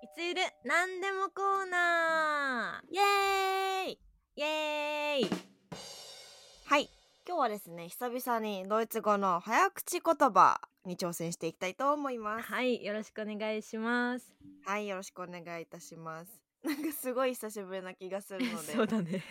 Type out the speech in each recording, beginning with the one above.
いつゆるなんでもコーナイエーイーイエーイはい今日はですね久々にドイツ語の早口言葉に挑戦していきたいと思いますはいよろしくお願いしますはいよろしくお願いいたしますなんかすごい久しぶりな気がするので そうだね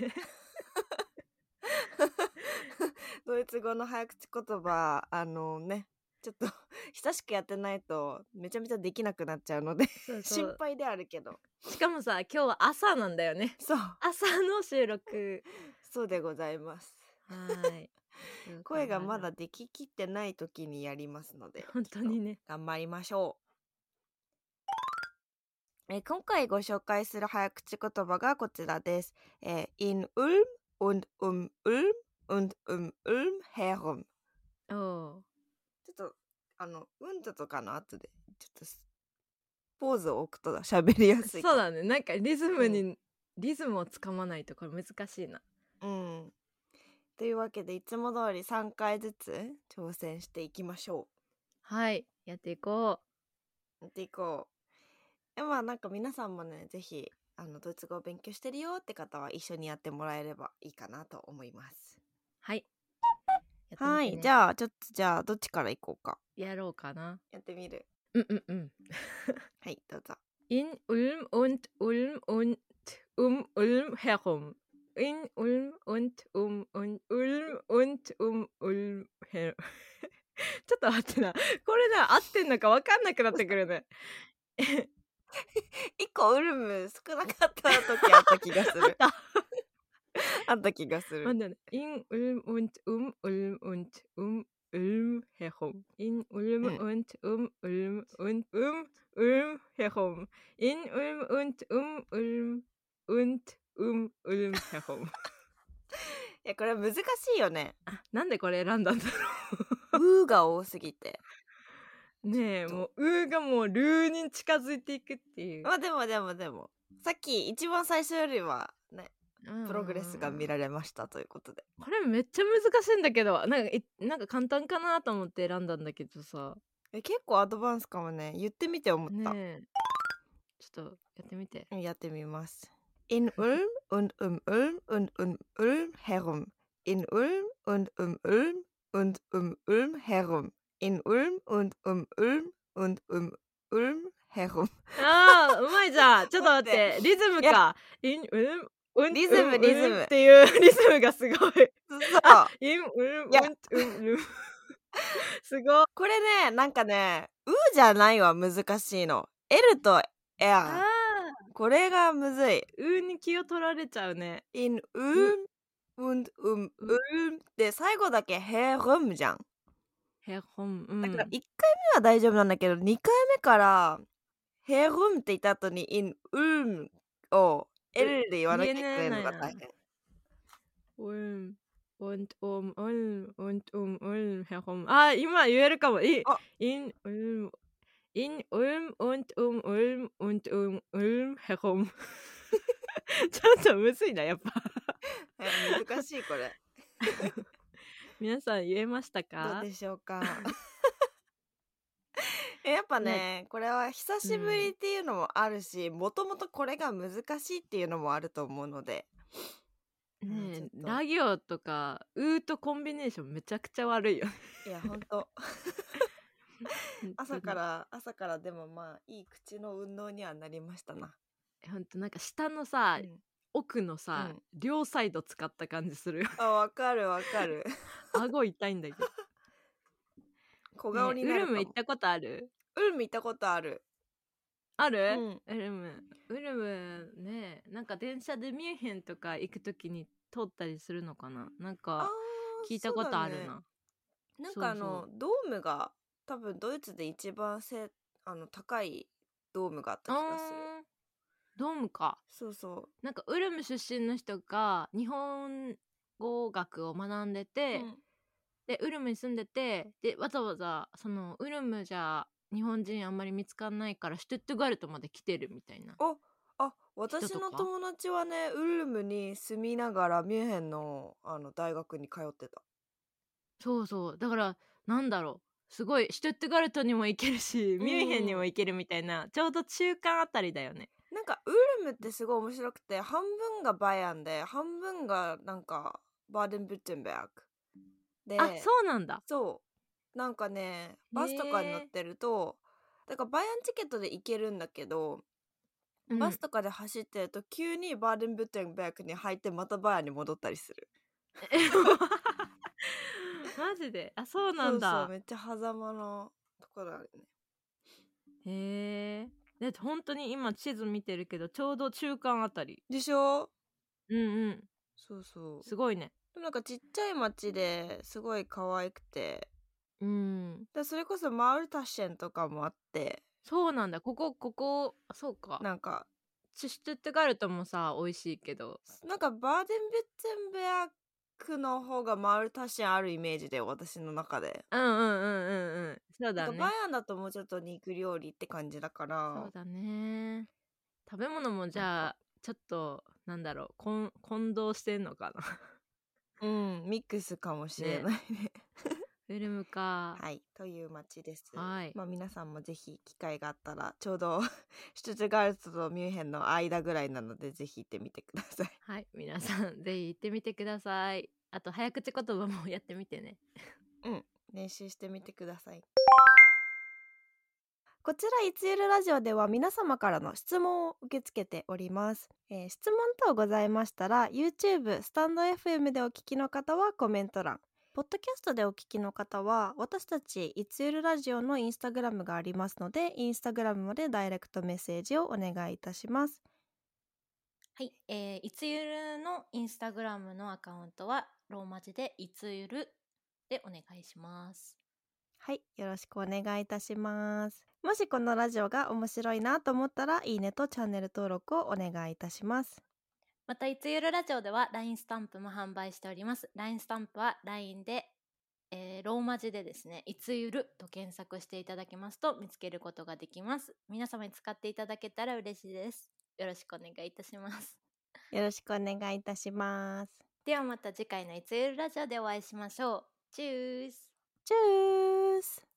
ドイツ語の早口言葉あのねちょっと 久しくやってないとめちゃめちゃできなくなっちゃうのでそうそ心う配であるけどしかもさ今日は朝なんだよ ねそう朝の収録そうでございますはーい 声がまだでききってない時にやりますので本当にね頑張りましょう。えー今回ご紹介する早口言葉がこちらです。えー in Ulm und um Ulm und um Ulm herum。おおちょっと、あの、うんととかの後で、ちょっとす、ポーズを置くと喋りやーすい。そう。だねなんかリズムに、リズムをつかまないとこれ難しいなうん。というわけで、いつも通り3回ずつ挑戦していきましょう。はいやっていこやっていこうえまあなんか皆さんもねぜひあのドイツ語を勉強してるよって方は一緒にやってもらえればいいかなと思いますうはいやってみてねはいじゃあちょっとじゃあどっちから行こうかやろうかなやってみるうんうんうんはいどうぞ In Ulm und Ulm und um Ulm herum. In Ulm und um und Ulm und um Ulm herum. ちょっと待ってな。これな、合ってんのか分かんなくなってくるね。一個ウルム少なかった 時あった気がするあっあった気がす待っるてね In Ulm und um Ulm und um Ulm herum. In Ulm うん und um Ulm und um Ulm herum. In Ulm und um Ulm und um Ulm herum. いやこれ難しいよねなんでこれ選んだんだろう ウーが多すぎてねえちもょう「う」がもう「ルー」に近づいていくっていうまあでもでもでもさっき一番最初よりはねプログレスが見れられましたということでこれめっちゃ難しいんだけどなんかいなんか簡単かなと思って選んだんだけどさえ結構アドバンスかもね言ってみて思った、ねえちょっとやってみてやってみます。In Ulm und um Ulm und um Ulm herum. In Ulm und um Ulm und um Ulm herum. In Ulm und um Ulm und um Ulm herum. あーうまいじゃんちょっと待って待リズムいやかインウルムリズムリズムっていう リズムがすごいそうインウルムいやウン ウルムすごいこれね、なんかね、うじゃないは難しいの。L と R。あこれがむずい。ーうーに気を取られちゃうね In Ulm und um Ulm で最後だけ herum じゃん。へほんうんだから1回目は大丈夫なんだけど、2回目から「ヘルム」って言った後に「インウーム」を L で言わなきゃいけないのが大変。 Ulm und um Ulm und um Ulm herum. Ah, 今言えるかも。いあ in Ulm. In Ulm und um Ulm und um Ulm herum. ちょっとむずいな、やっぱ。はい難しいこ れ。皆さん言えましたどうかでしょうか えやっぱねこれは久しぶりっていうのもあるしもともとこれが難しいっていうのもあると思うのでうんちねょっえとラ行とか、うーとコンビネーションめちゃくちゃ悪いよね。いやほんと 朝か。ら朝からでもまあいい口の運動にはなりましたな。ほんとなんか下のさ、うん奥のさ、うん両サイド使った感じ するよ。あわかるわかる。顎痛いんだ けど。小顔になるねウルかも、ム行ったことあるウルム行ったことある。ある、うんウルムウルムねなんか電車でミュンヘンとか行くときに通ったりするのかななんあかー聞いたことあるそうだねななんかあのそうドームが多分ドイツで一番せあの高いドームがあった気あがする。ードームかそうそなんかウルム出身の人が日本語学を学んでう。て、うんでウルムに住んでてでわざわざそのウルムじゃ日本人あんまり見つかんないからシュトゥットガルトまで来てるみたいなあ私のか友達はねウルムに住みながらミュンヘンのあの大学に通ってた。そうそうだからなんだろうすごいシュトゥットガルトにも行けるしんミュンヘンにも行けるみたいな、ちょうど中間あたりだよねなんかウルムってすごい面白くて半分がバイアンで半分がなんかバーデンブッテンベルクであそうなんだそうなんかねバスとかに乗ってるとだからバイアンチケットで行けるんだけど、バスとかで走ってると急にバーデンブッテンベルクに入ってまたバイアンに戻ったりするうん マジであそうなんそうだそうめっちゃ狭間のところあるねへえだって本当に今地図見てるけどちょうど中間あたりでしょうんうんそうそうすごいねでもなんかちっちゃい町ですごい可愛くてうんでそれこそマウルタッシェンとかもあってそうなんだここここあそうかなんかシュトゥットガルトもさ美味しいけどなんかバーデンブッツェンベアクの方がマウルタッシェンあるイメージで私の中で、うんうんうんうんうんそうなんだかねバイアンだともうちょっと肉料理って感じだかそうらだね食べ物もじゃあちょっとなんだろうこん混同してんのかなうんミックスかもしれないね フィルムか、はいという町です、はいまあ皆さんもぜひ機会があったらちょうど シュトゥットガルトとミュンヘンの間ぐらいなのでぜひ行ってみてくださいはい、皆さんぜひ行ってみてください。あと早口言葉もやってみてね。練習してみてくださいこちらいつゆるラジオでは皆様からの質問を受け付けております、えー質問等ございましたら YouTube スタンド FM でお聞きの方はコメント欄ポッドキャストでお聞きの方は私たちいつゆるラジオのインスタグラムがありますのでインスタグラムまでダイレクトメッセージをお願いいたしますはい、えーいつゆるのインスタグラムのアカウントはローマ字でいつゆるでお願いします。はいよろしくお願いいたしますもしこのラジオが面白いなと思ったらいいねとチャンネル登録をお願いいたしますまた、いつゆるラジオでは LINE スタンプも販売しております。LINE スタンプは LINE で、えーローマ字でですね、いつゆると検索していただけますと見つけることができます。皆様に使っていただけたら嬉しいです。よろしくお願いいたします。よろしくお願いいたします。ではまた次回のいつゆるラジオでお会いしましょう。チュースチュース